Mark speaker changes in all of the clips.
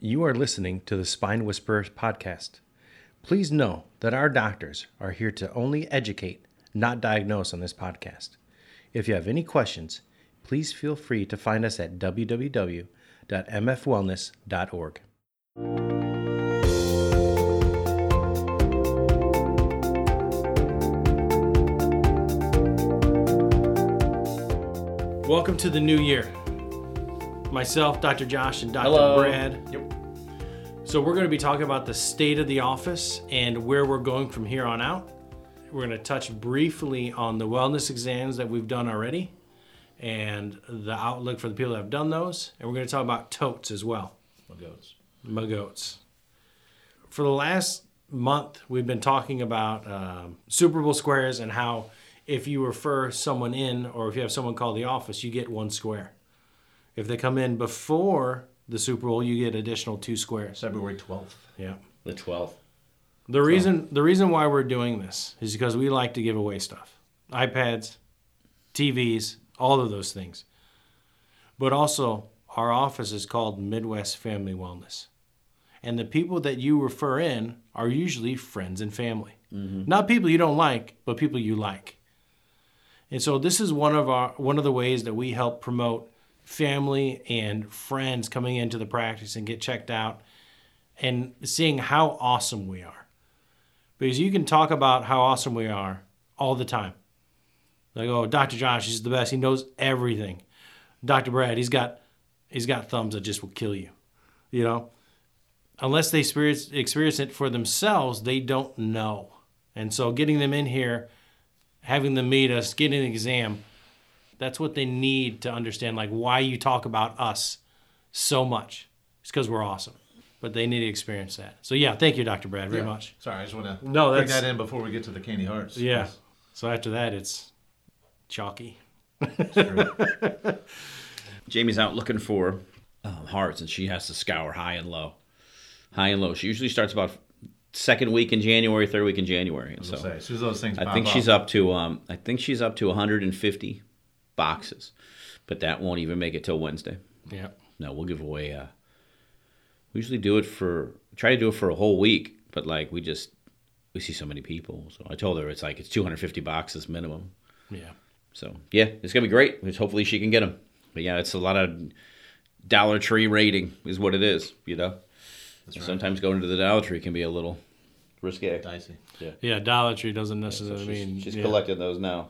Speaker 1: You are listening to the Spine Whisperers podcast. Please know that our doctors are here to only educate, not diagnose on this podcast. If you have any questions, please feel free to find us at www.mfwellness.org. Welcome to the new year. Myself, Dr. Josh, and Dr. Brad.
Speaker 2: Yep.
Speaker 1: So we're going to be talking about the state of the office and where we're going from here on out. We're going to touch briefly on the wellness exams that we've done already and the outlook for the people that have done those. And we're going to talk about totes as well,
Speaker 2: My goats.
Speaker 1: my goats. For the last month, we've been talking about um, Super Bowl squares and how if you refer someone in or if you have someone call the office, you get one square. If they come in before the Super Bowl, you get additional two squares.
Speaker 2: February 12th.
Speaker 1: Yeah.
Speaker 2: The 12th.
Speaker 1: The reason the reason why we're doing this is because we like to give away stuff. iPads, TVs, all of those things. But also our office is called Midwest Family Wellness. And the people that you refer in are usually friends and family. Not people you don't like, but people you like. And so this is one of our one of the ways that we help promote family and friends coming into the practice and get checked out and seeing how awesome we are. Because you can talk about how awesome we are all the time. Like, oh, Dr. Josh is the best. He knows everything. Dr. Brad, he's got he's got thumbs that just will kill you. You know? Unless they experience experience it for themselves, they don't know. And so getting them in here, having them meet us, getting an exam, that's what they need to understand, like why you talk about us so much. It's because we're awesome. But they need to experience that. So yeah, thank you, Dr. Brad, very
Speaker 2: Yeah.
Speaker 1: much.
Speaker 2: Sorry, I just want to
Speaker 1: No,
Speaker 2: bring
Speaker 1: that's-
Speaker 2: that in before we get to the candy hearts.
Speaker 1: Yeah. So after that, it's chalky.
Speaker 3: Jamie's out looking for um, hearts, and she has to scour high and low, high and low. She usually starts about second week in January, third week in January, and
Speaker 2: So,
Speaker 3: so
Speaker 2: say, as soon as those things
Speaker 3: I
Speaker 2: pop
Speaker 3: think
Speaker 2: up,
Speaker 3: she's up to um, I think she's up to 150 boxes, but that won't even make it till Wednesday.
Speaker 1: Yeah.
Speaker 3: No, we'll give away. Uh, we usually do it for try to do it for a whole week, but like we just we see so many people. So I told her it's like it's 250 boxes minimum.
Speaker 1: Yeah.
Speaker 3: So yeah, it's gonna be great. Because hopefully she can get them. But yeah, it's a lot of Dollar Tree rating is what it is. You know,
Speaker 2: That's right.
Speaker 3: sometimes going to the Dollar Tree can be a little risque.
Speaker 2: dicey.
Speaker 1: Yeah. Dollar Tree doesn't
Speaker 3: So
Speaker 1: necessarily
Speaker 3: she's
Speaker 1: mean.
Speaker 3: she's
Speaker 1: yeah.
Speaker 3: collecting those now.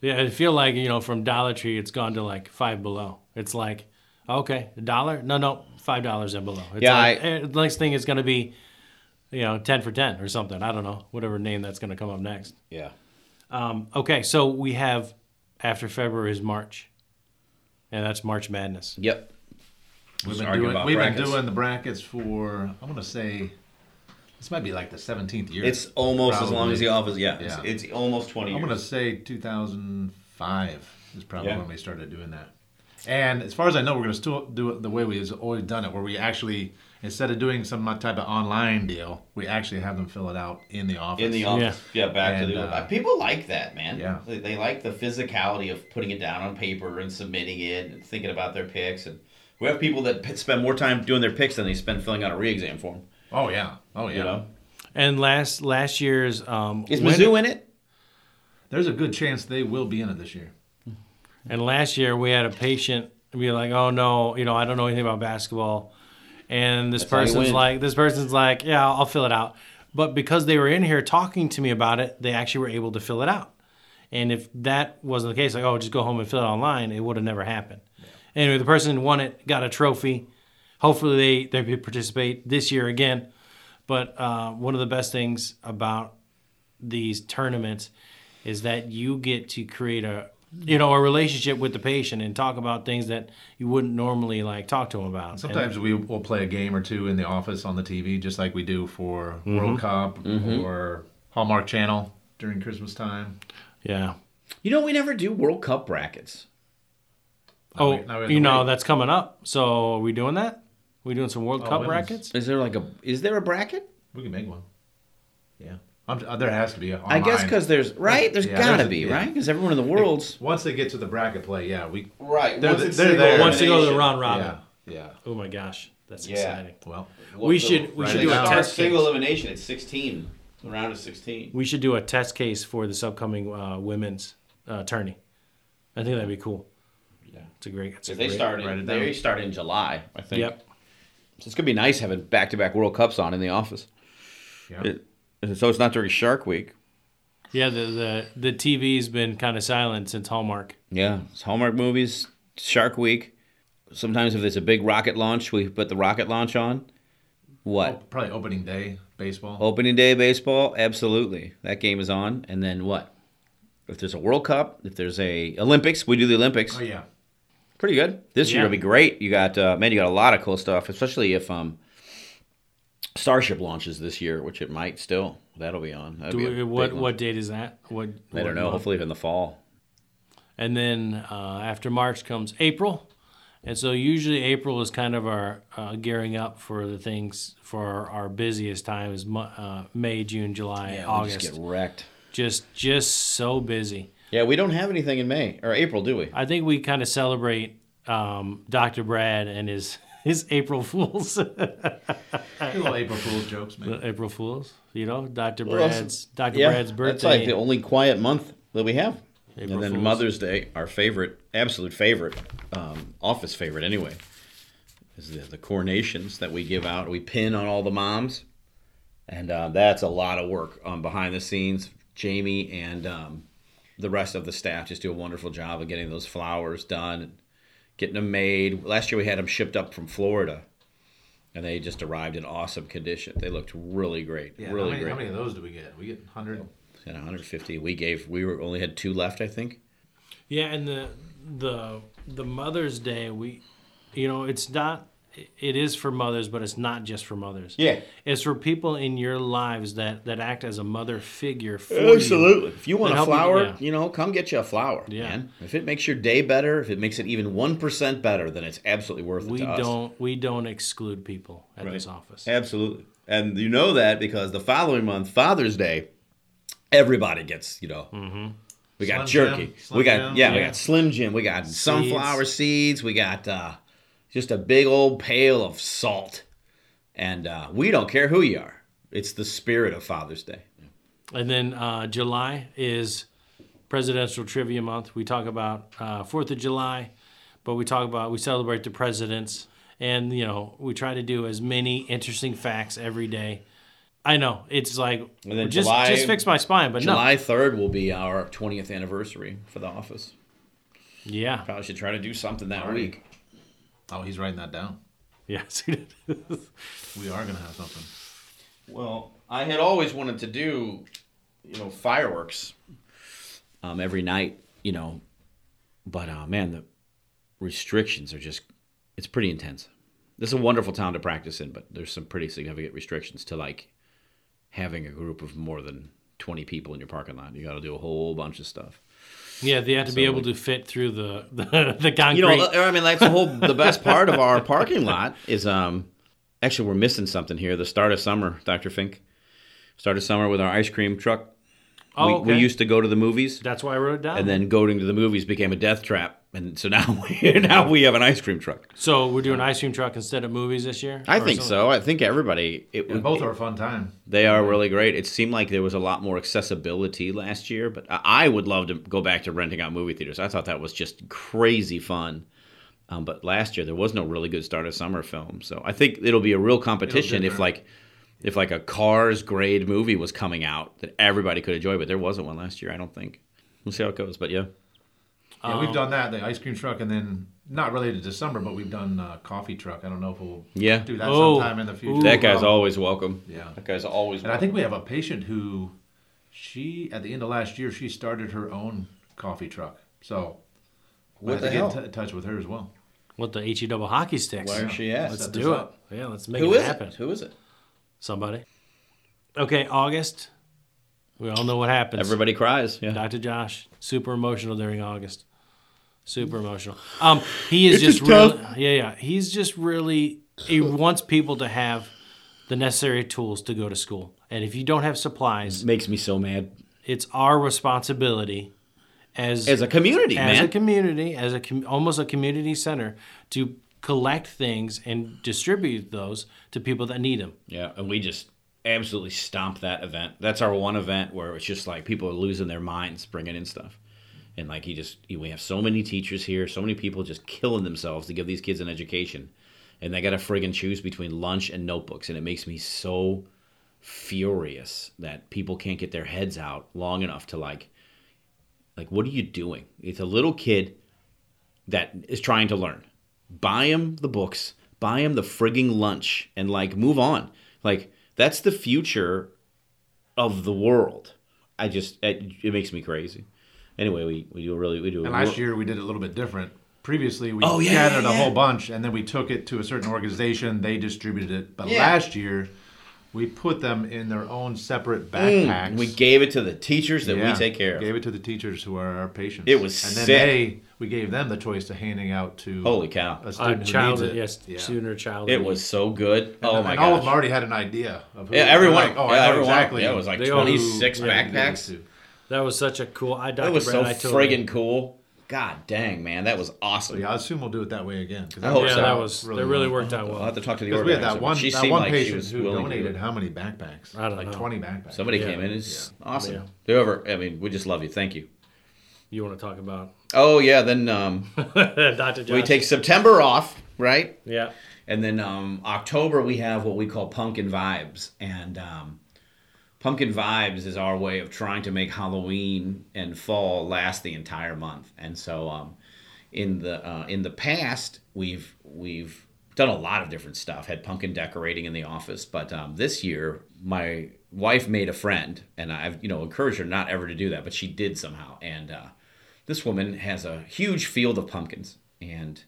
Speaker 1: Yeah. I feel like, you know, from Dollar Tree, it's gone to like five below. It's like, okay, a dollar? No, no, five dollars and below. It's
Speaker 3: Yeah,
Speaker 1: Like,
Speaker 3: I-
Speaker 1: eh, the next thing is going to be, you know, 10 for 10 or something. I don't know. Whatever name that's going to come up next.
Speaker 3: Yeah,
Speaker 1: Um, okay. So we have after February is March. And that's March Madness.
Speaker 3: yep.
Speaker 2: We've,
Speaker 3: Let's
Speaker 2: been
Speaker 3: argue
Speaker 2: doing,
Speaker 3: about
Speaker 2: we've been
Speaker 3: brackets.
Speaker 2: doing the brackets for, I'm going to say, this might be like the 17th year.
Speaker 3: It's almost as long
Speaker 2: Probably.
Speaker 3: as the office. Yeah, it's-
Speaker 2: Yeah.
Speaker 3: It's, almost 20
Speaker 2: I'm going to
Speaker 3: years.
Speaker 2: say 2005 is probably
Speaker 3: Yeah.
Speaker 2: when we started doing that. And as far as I know, we're going to still do it the way we has always done it, where we actually, instead of doing some type of online deal, we actually have them fill it out in the office.
Speaker 3: in the office. Yeah, back
Speaker 2: And,
Speaker 3: to the
Speaker 2: uh,
Speaker 3: people like that, man.
Speaker 2: Yeah.
Speaker 3: they, they like the physicality of putting it down on paper and submitting it and thinking about their picks. And we have people that p- spend more time doing their picks than they spend filling out a re-exam form.
Speaker 2: Oh, yeah. Oh, yeah.
Speaker 3: You know,
Speaker 1: And last last year's. Um,
Speaker 3: is
Speaker 1: win-
Speaker 3: Mizzou in it?
Speaker 2: There's a good chance they will be in it this year.
Speaker 1: And last year we had a patient be like, "Oh no, you know, I don't know anything about basketball," and this
Speaker 3: how you
Speaker 1: person's
Speaker 3: win.
Speaker 1: like, "This person's like, yeah, I'll, I'll fill it out." But because they were in here talking to me about it, they actually were able to fill it out. And if that wasn't the case, like, "Oh, just go home and fill it online," it would have never happened. Anyway, the person won it, got a trophy. Hopefully, they they could participate this year again. But uh, one of the best things about these tournaments is that you get to create a you know a relationship with the patient and talk about things that you wouldn't normally like talk to them about.
Speaker 2: Sometimes we will play a game or two in the office on the TV, just like we do for World Cup or Hallmark Channel during Christmas time.
Speaker 1: And- yeah.
Speaker 3: You know, we never do World Cup brackets.
Speaker 1: Oh,
Speaker 2: we- now we have
Speaker 1: you
Speaker 2: to
Speaker 1: know
Speaker 2: wait.
Speaker 1: that's coming up. So are we doing that? we doing some World Cup
Speaker 2: women's.
Speaker 1: brackets?
Speaker 3: Is there like a is there a bracket?
Speaker 2: We can make one. Yeah, I'm, uh, there has to be. Online.
Speaker 3: I guess because there's right. There's
Speaker 2: Yeah,
Speaker 3: gotta
Speaker 2: there's a-
Speaker 3: be
Speaker 2: yeah.
Speaker 3: right because everyone in the world's
Speaker 2: once they get to the bracket play, yeah, we
Speaker 3: right.
Speaker 2: They're- once it's they're single there.
Speaker 1: Once you go to the
Speaker 3: round.
Speaker 1: round robin.
Speaker 2: yeah yeah.
Speaker 1: Oh my gosh, That's
Speaker 3: Yeah.
Speaker 1: exciting.
Speaker 2: Well,
Speaker 1: We should- we
Speaker 2: should do a
Speaker 1: test
Speaker 3: single
Speaker 1: case.
Speaker 3: elimination at 16, the round of 16.
Speaker 1: We should do a test case for this upcoming uh, women's uh, tourney. I think that'd be cool.
Speaker 3: Yeah.
Speaker 1: It's a great. It's a
Speaker 3: Because they
Speaker 1: great-
Speaker 3: start
Speaker 2: write it
Speaker 3: in,
Speaker 2: down.
Speaker 3: they start in July, I think.
Speaker 1: Yep.
Speaker 3: So it's gonna be nice having back to back World Cups on in the office.
Speaker 2: yeah.
Speaker 3: It- so it's not during Shark Week.
Speaker 1: Yeah. The the the TV's been kind of silent since Hallmark.
Speaker 3: Yeah, it's Hallmark movies, Shark Week. Sometimes if it's a big rocket launch, we put the rocket launch on. What?
Speaker 2: Oh, probably opening day baseball.
Speaker 3: Opening day baseball, absolutely. That game is on, and then what? If there's a World Cup, if there's a Olympics, we do the Olympics.
Speaker 2: Oh yeah,
Speaker 3: Pretty good. This year
Speaker 1: Yeah.
Speaker 3: will be great. You got uh, man, you got a lot of cool stuff, especially if um Starship launches this year, which it might still. That'll be on.
Speaker 1: Do
Speaker 3: That'll be a
Speaker 1: we,
Speaker 3: big
Speaker 1: what
Speaker 3: one.
Speaker 1: what date is that? What
Speaker 3: I
Speaker 1: what
Speaker 3: don't know.
Speaker 1: month?
Speaker 3: Hopefully in the fall.
Speaker 1: And then uh, after March comes April, and so usually April is kind of our uh, gearing up for the things for our busiest time is mo- uh, May, June, July,
Speaker 3: Yeah, we'll
Speaker 1: August.
Speaker 3: just get wrecked.
Speaker 1: just just so busy.
Speaker 3: Yeah, we don't have anything in May or April, do we?
Speaker 1: I think we kind of celebrate um, Dr. Brad and his his April Fools.
Speaker 2: little April Fool's jokes, man.
Speaker 1: April Fools, you know, Dr.
Speaker 3: Well, that's-
Speaker 1: Brad's Dr.
Speaker 3: yeah,
Speaker 1: Brad's birthday.
Speaker 3: That's like the only quiet month that we have.
Speaker 1: April
Speaker 3: and then
Speaker 1: Fools.
Speaker 3: Mother's Day, our favorite, absolute favorite, um, office favorite anyway, is the, the coronations that we give out. We pin on all the moms, and uh, that's a lot of work um, behind the scenes. Jamie and um, the rest of the staff just do a wonderful job of getting those flowers done, getting them made. Last year we had them shipped up from Florida. And they just arrived in awesome condition. They looked really great.
Speaker 2: Yeah,
Speaker 3: really
Speaker 2: how, many,
Speaker 3: great
Speaker 2: how many of those do we get? We get hundred.
Speaker 3: and 150 we gave we were only had two left i think
Speaker 1: Yeah, and the the the Mother's Day we, you know, it's not. It is for mothers, but it's not just for mothers.
Speaker 3: Yeah.
Speaker 1: it's for people in your lives that that act as a mother figure for you.
Speaker 3: absolutely if you want
Speaker 1: Then
Speaker 3: a
Speaker 1: help me-
Speaker 3: flower
Speaker 1: yeah.
Speaker 3: you know come get you a flower
Speaker 1: Yeah.
Speaker 3: man if it makes your day better if it makes it even 1% better then it's absolutely worth it
Speaker 1: We
Speaker 3: to us.
Speaker 1: don't we don't exclude people at this
Speaker 3: Right.
Speaker 1: office.
Speaker 3: absolutely and you know that because the following month father's day everybody gets you know
Speaker 1: Mm-hmm.
Speaker 3: we got
Speaker 2: Slim Jim,
Speaker 3: jerky we
Speaker 2: Slim
Speaker 3: got
Speaker 2: Jim.
Speaker 3: yeah, we
Speaker 1: Yeah.
Speaker 3: got slim jim we got sunflower seeds we got uh, just a big old pail of salt and uh, we don't care who you are it's the spirit of father's day
Speaker 1: And then uh, July is Presidential Trivia Month. We talk about uh, Fourth of July, but we talk about we celebrate the presidents, and you know we try to do as many interesting facts every day. I know it's like
Speaker 3: And then
Speaker 1: just
Speaker 3: July-
Speaker 1: just fix my spine, but no,
Speaker 3: July 3rd will be our 20th anniversary for the office.
Speaker 1: yeah,
Speaker 3: Probably should try to do something that
Speaker 2: Alright.
Speaker 3: week.
Speaker 2: Oh, he's writing that down.
Speaker 1: yeah.
Speaker 2: We are gonna have something.
Speaker 3: Well, I had always wanted to do, you know, fireworks um, every night, you know, but uh, man, the restrictions are just, it's pretty intense. This is a wonderful town to practice in, but there's some pretty significant restrictions to like having a group of more than 20 people in your parking lot. You got to do a whole bunch of stuff.
Speaker 1: yeah, they have to be able to fit through the the, the concrete.
Speaker 3: You know, uh, I mean, that's the whole the best part of our parking lot is um. Actually, we're missing something here. The start of summer, Doctor Fink. Start of summer with our ice cream truck.
Speaker 1: oh,
Speaker 3: we, we
Speaker 1: okay.
Speaker 3: used to go to the movies,
Speaker 1: That's why I wrote it down.
Speaker 3: and then going to the movies became a death trap, and so now we now we have an ice cream truck.
Speaker 1: so we're doing ice cream truck instead of movies this year.
Speaker 3: I
Speaker 1: Or
Speaker 3: think
Speaker 1: something?
Speaker 3: so. I think everybody. It,
Speaker 2: Yeah, both are a fun time.
Speaker 3: They are really great. It seemed like there was a lot more accessibility last year, but I I would love to go back to renting out movie theaters. I thought that was just crazy fun. Um, but last year there was no really good start of summer film, so I think it'll be a real competition if
Speaker 2: better.
Speaker 3: like if like a Cars grade movie was coming out that everybody could enjoy, but there wasn't one last year. I don't think. We'll see how it goes, but yeah,
Speaker 2: Yeah,
Speaker 1: Oh.
Speaker 2: we've done that. The ice cream truck, and then not related to summer, but we've done uh, coffee truck. I don't know if we'll
Speaker 3: Yeah.
Speaker 2: do that
Speaker 1: Oh.
Speaker 2: sometime in the future.
Speaker 1: Ooh.
Speaker 3: that guy's
Speaker 2: Um,
Speaker 3: always welcome.
Speaker 2: Yeah.
Speaker 3: that guy's always.
Speaker 2: And
Speaker 3: Welcome.
Speaker 2: I think we have a patient who, she at the end of last year, she started her own coffee truck. So
Speaker 3: What
Speaker 2: we'll have
Speaker 3: the
Speaker 2: to get in
Speaker 3: hell?
Speaker 2: t- touch with her as well.
Speaker 1: With the he double hockey sticks.
Speaker 3: Where she at?
Speaker 1: Let's
Speaker 2: Set this
Speaker 1: do it.
Speaker 2: up.
Speaker 1: Yeah, let's make
Speaker 3: Who
Speaker 1: it
Speaker 3: is
Speaker 1: happen.
Speaker 3: it? Who is it?
Speaker 1: Somebody. Okay, August. We all know what happens.
Speaker 3: Everybody cries. Yeah,
Speaker 1: Dr. Josh, super emotional during August. Super emotional. Um, he is just really, yeah, yeah. He's just really he wants people to have the necessary tools to go to school. And if you don't have supplies,
Speaker 3: makes me so mad.
Speaker 1: it's our responsibility as
Speaker 3: As a community,
Speaker 1: as
Speaker 3: man.
Speaker 1: a community, as a com- almost a community center, to collect things and distribute those to people that need them.
Speaker 3: Yeah, and we just absolutely stomp that event. That's our one event where it's just like people are losing their minds bringing in stuff. And like he just, we have so many teachers here, so many people just killing themselves to give these kids an education. And they got to friggin' choose between lunch and notebooks. And it makes me so furious that people can't get their heads out long enough to like, like, what are you doing? It's a little kid that is trying to learn. Buy him the books, buy him the frigging lunch, and like move on. Like that's the future of the world. I just it, it makes me crazy. Anyway, we, we do a really we do. A
Speaker 2: And last
Speaker 3: real-
Speaker 2: year we did it a little bit different. Previously we
Speaker 3: Oh, yeah, yeah,
Speaker 2: gathered a
Speaker 3: yeah.
Speaker 2: whole bunch and then we took it to a certain organization. They distributed it. But
Speaker 3: Yeah.
Speaker 2: last year we put them in their own separate backpacks.
Speaker 3: Mm, we gave it to the teachers that
Speaker 2: Yeah,
Speaker 3: we take care of.
Speaker 2: Gave it to the teachers who are our patients.
Speaker 3: It was
Speaker 2: and then
Speaker 3: sick.
Speaker 2: they we gave them the choice to handing out to
Speaker 3: Holy cow!
Speaker 2: a
Speaker 1: A
Speaker 2: student who
Speaker 1: child,
Speaker 2: needs it.
Speaker 1: yes,
Speaker 2: Yeah.
Speaker 1: student or child.
Speaker 3: It was so good.
Speaker 2: And
Speaker 3: oh
Speaker 2: then-
Speaker 3: my
Speaker 2: and All of
Speaker 3: gosh!
Speaker 2: them already had an idea of who.
Speaker 3: yeah,
Speaker 2: they're
Speaker 3: everyone.
Speaker 2: Like, oh, I
Speaker 3: yeah,
Speaker 2: know
Speaker 3: everyone.
Speaker 2: exactly.
Speaker 3: Yeah, it was like
Speaker 1: They all-
Speaker 3: twenty six
Speaker 1: yeah,
Speaker 3: backpacks.
Speaker 1: that was such a cool. I Dr.
Speaker 3: That was so
Speaker 1: Brandon, I told
Speaker 3: friggin'
Speaker 1: you.
Speaker 3: cool. God dang, man, that was awesome.
Speaker 2: Yeah, I assume we'll do it that way again. 'cause
Speaker 3: hope
Speaker 1: Yeah,
Speaker 2: works
Speaker 3: so.
Speaker 1: that
Speaker 2: out
Speaker 1: was. Really that really
Speaker 2: well.
Speaker 1: worked out
Speaker 3: I'll have
Speaker 1: well.
Speaker 3: to talk to the
Speaker 2: Because we
Speaker 3: organizer.
Speaker 2: had that
Speaker 3: but
Speaker 2: one,
Speaker 3: she
Speaker 2: that
Speaker 3: seemed
Speaker 2: one
Speaker 3: like she
Speaker 2: patient
Speaker 3: was
Speaker 2: who
Speaker 3: willing to do
Speaker 2: donated
Speaker 3: it.
Speaker 2: how many backpacks?
Speaker 1: I don't
Speaker 2: like
Speaker 1: know.
Speaker 2: 20 backpacks.
Speaker 3: Somebody
Speaker 1: Yeah.
Speaker 3: came in. It's awesome.
Speaker 1: Yeah.
Speaker 3: Whoever, I mean, we just love you. Thank you.
Speaker 1: You want to talk about
Speaker 3: Oh yeah, then um,
Speaker 1: Dr. Josh?
Speaker 3: we take September off, right?
Speaker 1: Yeah.
Speaker 3: And then um, October we have what we call pumpkin vibes, and um, pumpkin vibes is our way of trying to make Halloween and fall last the entire month. And so um, in the uh, in the past we've we've done a lot of different stuff. Had pumpkin decorating in the office, but um, this year my wife made a friend, and I've you know encouraged her not ever to do that, but she did somehow, and. Uh, this woman has a huge field of pumpkins and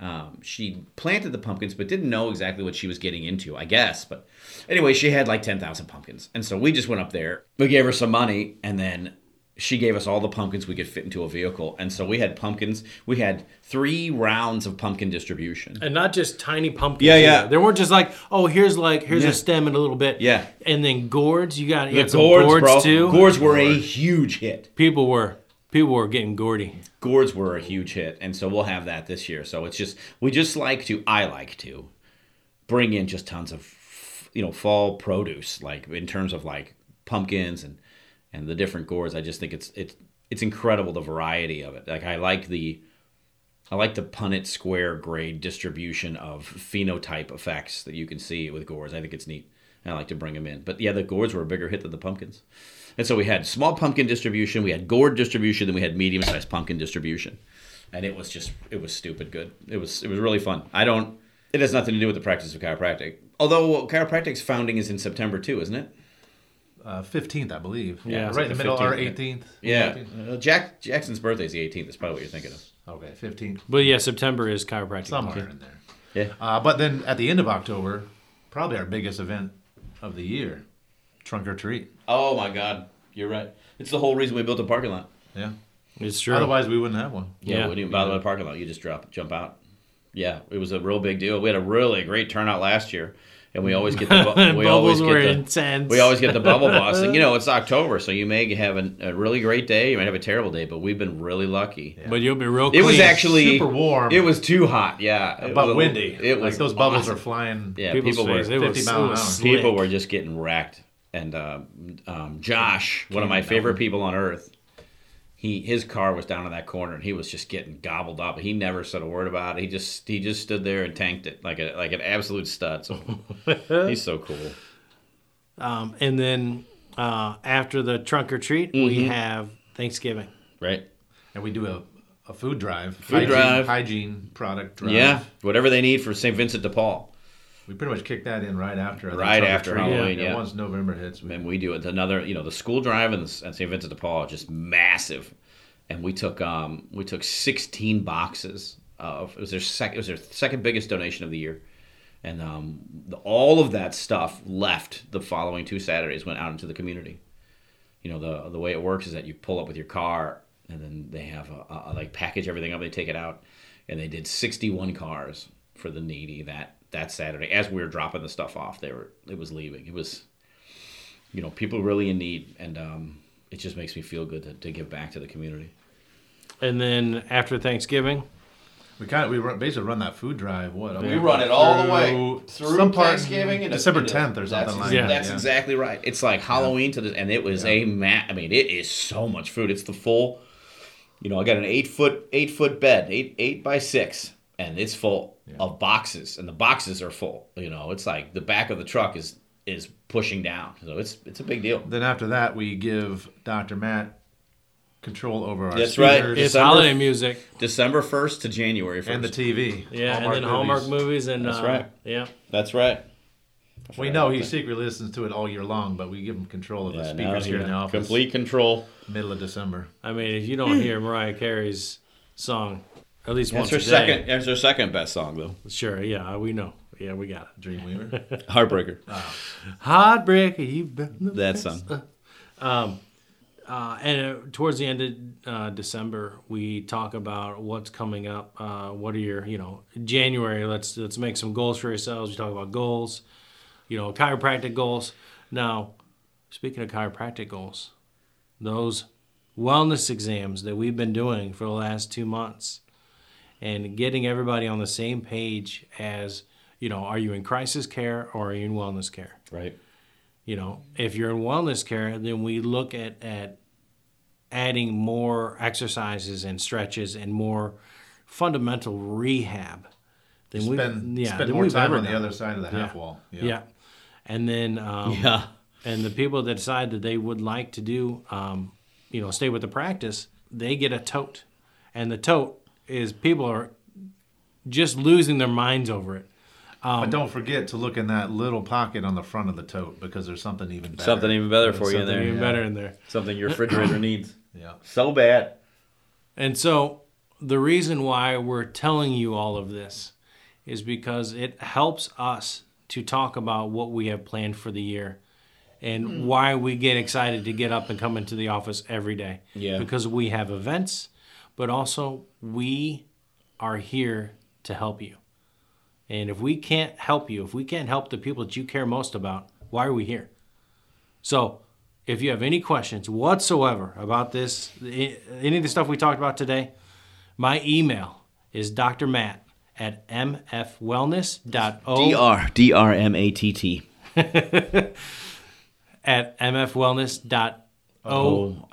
Speaker 3: um, she planted the pumpkins but didn't know exactly what she was getting into i guess but anyway she had like 10000 pumpkins and so we just went up there we gave her some money and then she gave us all the pumpkins we could fit into a vehicle and so we had pumpkins we had three rounds of pumpkin distribution
Speaker 1: and not just tiny pumpkins.
Speaker 3: Yeah,
Speaker 1: either.
Speaker 3: yeah.
Speaker 1: They weren't just like, oh, heur's like here's
Speaker 3: Yeah.
Speaker 1: a stem and a little bit.
Speaker 3: Yeah.
Speaker 1: And then gourds, you got you
Speaker 3: the
Speaker 1: had some
Speaker 3: gourds, bro,
Speaker 1: too.
Speaker 3: gourds were a huge hit
Speaker 1: People were people were getting gourdy.
Speaker 3: gourds were a huge hit and so we'll have that this year so it's just we just like to i like to bring in just tons of you know fall produce like in terms of like pumpkins and and the different gourds i just think it's it's it's incredible the variety of it like i like the i like the punnett square grade distribution of phenotype effects that you can see with gourds i think it's neat and i like to bring them in but yeah the gourds were a bigger hit than the pumpkins and so we had small pumpkin distribution we had gourd distribution then we had medium sized pumpkin distribution and it was just it was stupid good. It was it was really fun. I don't. It has nothing to do with the practice of chiropractic. Although chiropractic's founding is in September too, isn't it?
Speaker 2: Uh, 15th, I believe.
Speaker 1: Yeah,
Speaker 2: right in the
Speaker 3: the
Speaker 2: middle, or
Speaker 3: 15th.
Speaker 2: 18th.
Speaker 3: Yeah.
Speaker 2: 18th?
Speaker 3: Uh, Jack Jackson's birthday is the 18th. That's probably what you're thinking of.
Speaker 2: Okay, 15th.
Speaker 1: But yeah, September is chiropractic.
Speaker 2: Somewhere in there.
Speaker 3: Yeah.
Speaker 2: Uh, but then at the end of October, probably our biggest event of the year, trunk or treat.
Speaker 3: Oh my God, you're right. It's the whole reason we built a parking lot.
Speaker 2: Yeah.
Speaker 1: It's true.
Speaker 2: Otherwise, we wouldn't have one.
Speaker 3: Yeah.
Speaker 1: Yeah.
Speaker 3: We didn't even bother with a parking lot. You just drop jump out. Yeah, it was a real big deal. We had a really great turnout last year, and we always get the bu- we always
Speaker 1: Bubbles
Speaker 3: get
Speaker 1: were
Speaker 3: the,
Speaker 1: intense.
Speaker 3: We always get the bubble bus, and you know it's October, so you may have an, a really great day, you might have a terrible day, but we've been really lucky.
Speaker 1: But you'll be real.
Speaker 3: It was
Speaker 1: clean.
Speaker 3: actually
Speaker 2: super warm.
Speaker 3: It was too hot, yeah, It
Speaker 2: But
Speaker 3: was-
Speaker 2: windy.
Speaker 3: It was
Speaker 2: like those bubbles
Speaker 3: awesome.
Speaker 2: are flying.
Speaker 3: yeah.
Speaker 1: people's
Speaker 3: People
Speaker 1: face.
Speaker 3: were
Speaker 1: It was
Speaker 2: 50 mile an hour.
Speaker 1: slick.
Speaker 3: people were just getting wrecked, and um, um, Josh, one of my favorite people on earth, he his car was down in that corner, and he was just getting gobbled up. He never said a word about it. He just he just stood there and tanked it like a like an absolute stud. So he's so cool.
Speaker 1: Um, and then uh, after the trunk or treat,
Speaker 3: Mm-hmm.
Speaker 1: we have Thanksgiving.
Speaker 3: Right?
Speaker 2: And we do a, a food drive. Food
Speaker 3: drive.
Speaker 2: Hygiene product drive.
Speaker 3: Yeah, whatever they need for St. Vincent de Paul.
Speaker 2: We pretty much kicked that in right after. I think,
Speaker 3: Right
Speaker 2: trunk or
Speaker 3: after
Speaker 2: treat.
Speaker 3: Halloween, yeah.
Speaker 2: Once November hits, we
Speaker 3: And we do it another, you know, the school drive and, and St. Vincent de Paul are just massive. And we took um we took 16 boxes of it was their second it was their second biggest donation of the year. And um the, all of that stuff left the following two Saturdays went out into the community. You know, the the way it works is that you pull up with your car and then they have a, a, a- like package everything up, they take it out and they did 61 cars for the needy that that Saturday as we were dropping the stuff off. They were it was leaving. It was you know, people really in need, and um, it just makes me feel good to, to give back to the community.
Speaker 1: And then after Thanksgiving,
Speaker 2: We kind of we run, basically run that food drive. What
Speaker 4: We run it all the way through
Speaker 2: some part in
Speaker 4: Thanksgiving and
Speaker 2: December
Speaker 4: and-
Speaker 2: 10th or
Speaker 4: that's
Speaker 2: something like
Speaker 4: ex-
Speaker 1: that,
Speaker 3: That's
Speaker 2: yeah.
Speaker 3: exactly right. It's like Halloween to the, and it was a mat. I mean, it is so much food. It's the full. You know, I got an eight foot eight foot bed, eight eight by six, and it's full of boxes, and the boxes are full. You know, it's like the back of the truck is is pushing down, so it's it's a big deal.
Speaker 2: Then after that, we give Dr. Matt control over our
Speaker 3: That's right.
Speaker 2: speakers
Speaker 1: It's
Speaker 3: December-
Speaker 1: holiday music.
Speaker 3: December first to January first.
Speaker 2: and the TV.
Speaker 1: Yeah, and then Hallmark movies and
Speaker 3: That's
Speaker 1: uh,
Speaker 3: right.
Speaker 1: Yeah,
Speaker 3: That's right.
Speaker 2: We know he secretly listens to it all year long, but we give him control of the
Speaker 3: Yeah, now
Speaker 2: speakers
Speaker 3: he
Speaker 2: here in the
Speaker 3: got
Speaker 2: office.
Speaker 3: Complete control.
Speaker 2: Middle of December.
Speaker 1: I mean, if you don't hear Mariah Carey's song at least once
Speaker 3: That's her
Speaker 1: a day,
Speaker 3: second. That's her second best song though.
Speaker 1: sure, yeah, we know, yeah, we got it.
Speaker 2: Dreamweaver.
Speaker 3: Heartbreaker.
Speaker 1: Heartbreaker, you've been the
Speaker 3: That song.
Speaker 1: Uh, and uh, towards the end of uh, December, we talk about what's coming up. Uh, what are your, you know, January? Let's let's make some goals for yourselves. We talk about goals, you know, chiropractic goals. Now, speaking of chiropractic goals, those wellness exams that we've been doing for the last two months, and getting everybody on the same page as, you know, are you in crisis care or are you in wellness care?
Speaker 3: Right.
Speaker 1: you know if you're in wellness care then we look at at adding more exercises and stretches and more fundamental rehab than
Speaker 2: Spend,
Speaker 1: we've yeah
Speaker 2: spend
Speaker 1: than
Speaker 2: more
Speaker 1: we've
Speaker 2: time
Speaker 1: ever
Speaker 2: on the
Speaker 1: done.
Speaker 2: other side of the half
Speaker 1: Yeah.
Speaker 2: wall.
Speaker 1: yeah. and then um,
Speaker 3: Yeah.
Speaker 1: and the people that decide that they would like to do um, you know stay with the practice they get a tote and the tote is people are just losing their minds over it um,
Speaker 2: but don't forget to look in that little pocket on the front of the tote because there's something even better.
Speaker 3: Something even better for you in
Speaker 2: Something
Speaker 3: there.
Speaker 1: even better in there
Speaker 3: Something your refrigerator needs
Speaker 2: Yeah.
Speaker 3: so bad.
Speaker 1: And so the reason why we're telling you all of this is because it helps us to talk about what we have planned for the year and why we get excited to get up and come into the office every day.
Speaker 3: Yeah.
Speaker 1: Because we have events, but also we are here to help you. And if we can't help you, if we can't help the people that you care most about, why are we here? So, if you have any questions whatsoever about this, i- any of the stuff we talked about today, my email is Dr. Matt at mfwellness.o
Speaker 3: R D R M A T T.
Speaker 1: at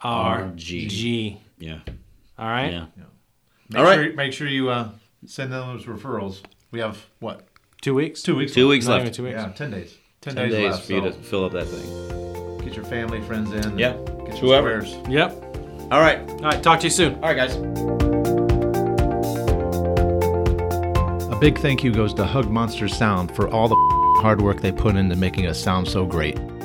Speaker 1: mfwellness.org.
Speaker 3: Yeah.
Speaker 1: All right.
Speaker 3: Yeah.
Speaker 2: Make
Speaker 3: All right.
Speaker 2: Sure, make sure you uh, send in those referrals. We have what?
Speaker 1: Two weeks.
Speaker 2: Two weeks.
Speaker 3: Two
Speaker 2: left.
Speaker 3: weeks
Speaker 1: Not even
Speaker 3: left.
Speaker 1: two weeks.
Speaker 2: Yeah, ten days. Ten,
Speaker 3: Ten days
Speaker 2: left.
Speaker 3: for you to
Speaker 2: so
Speaker 3: fill up that thing.
Speaker 2: get your family, friends in.
Speaker 3: Yeah.
Speaker 2: Get your
Speaker 3: Whoever.
Speaker 2: squares.
Speaker 1: Yep.
Speaker 3: All right.
Speaker 1: All right. Talk to you soon.
Speaker 3: All right, guys.
Speaker 2: A big thank you goes to Hug Monster Sound for all the hard work they put into making us sound so great.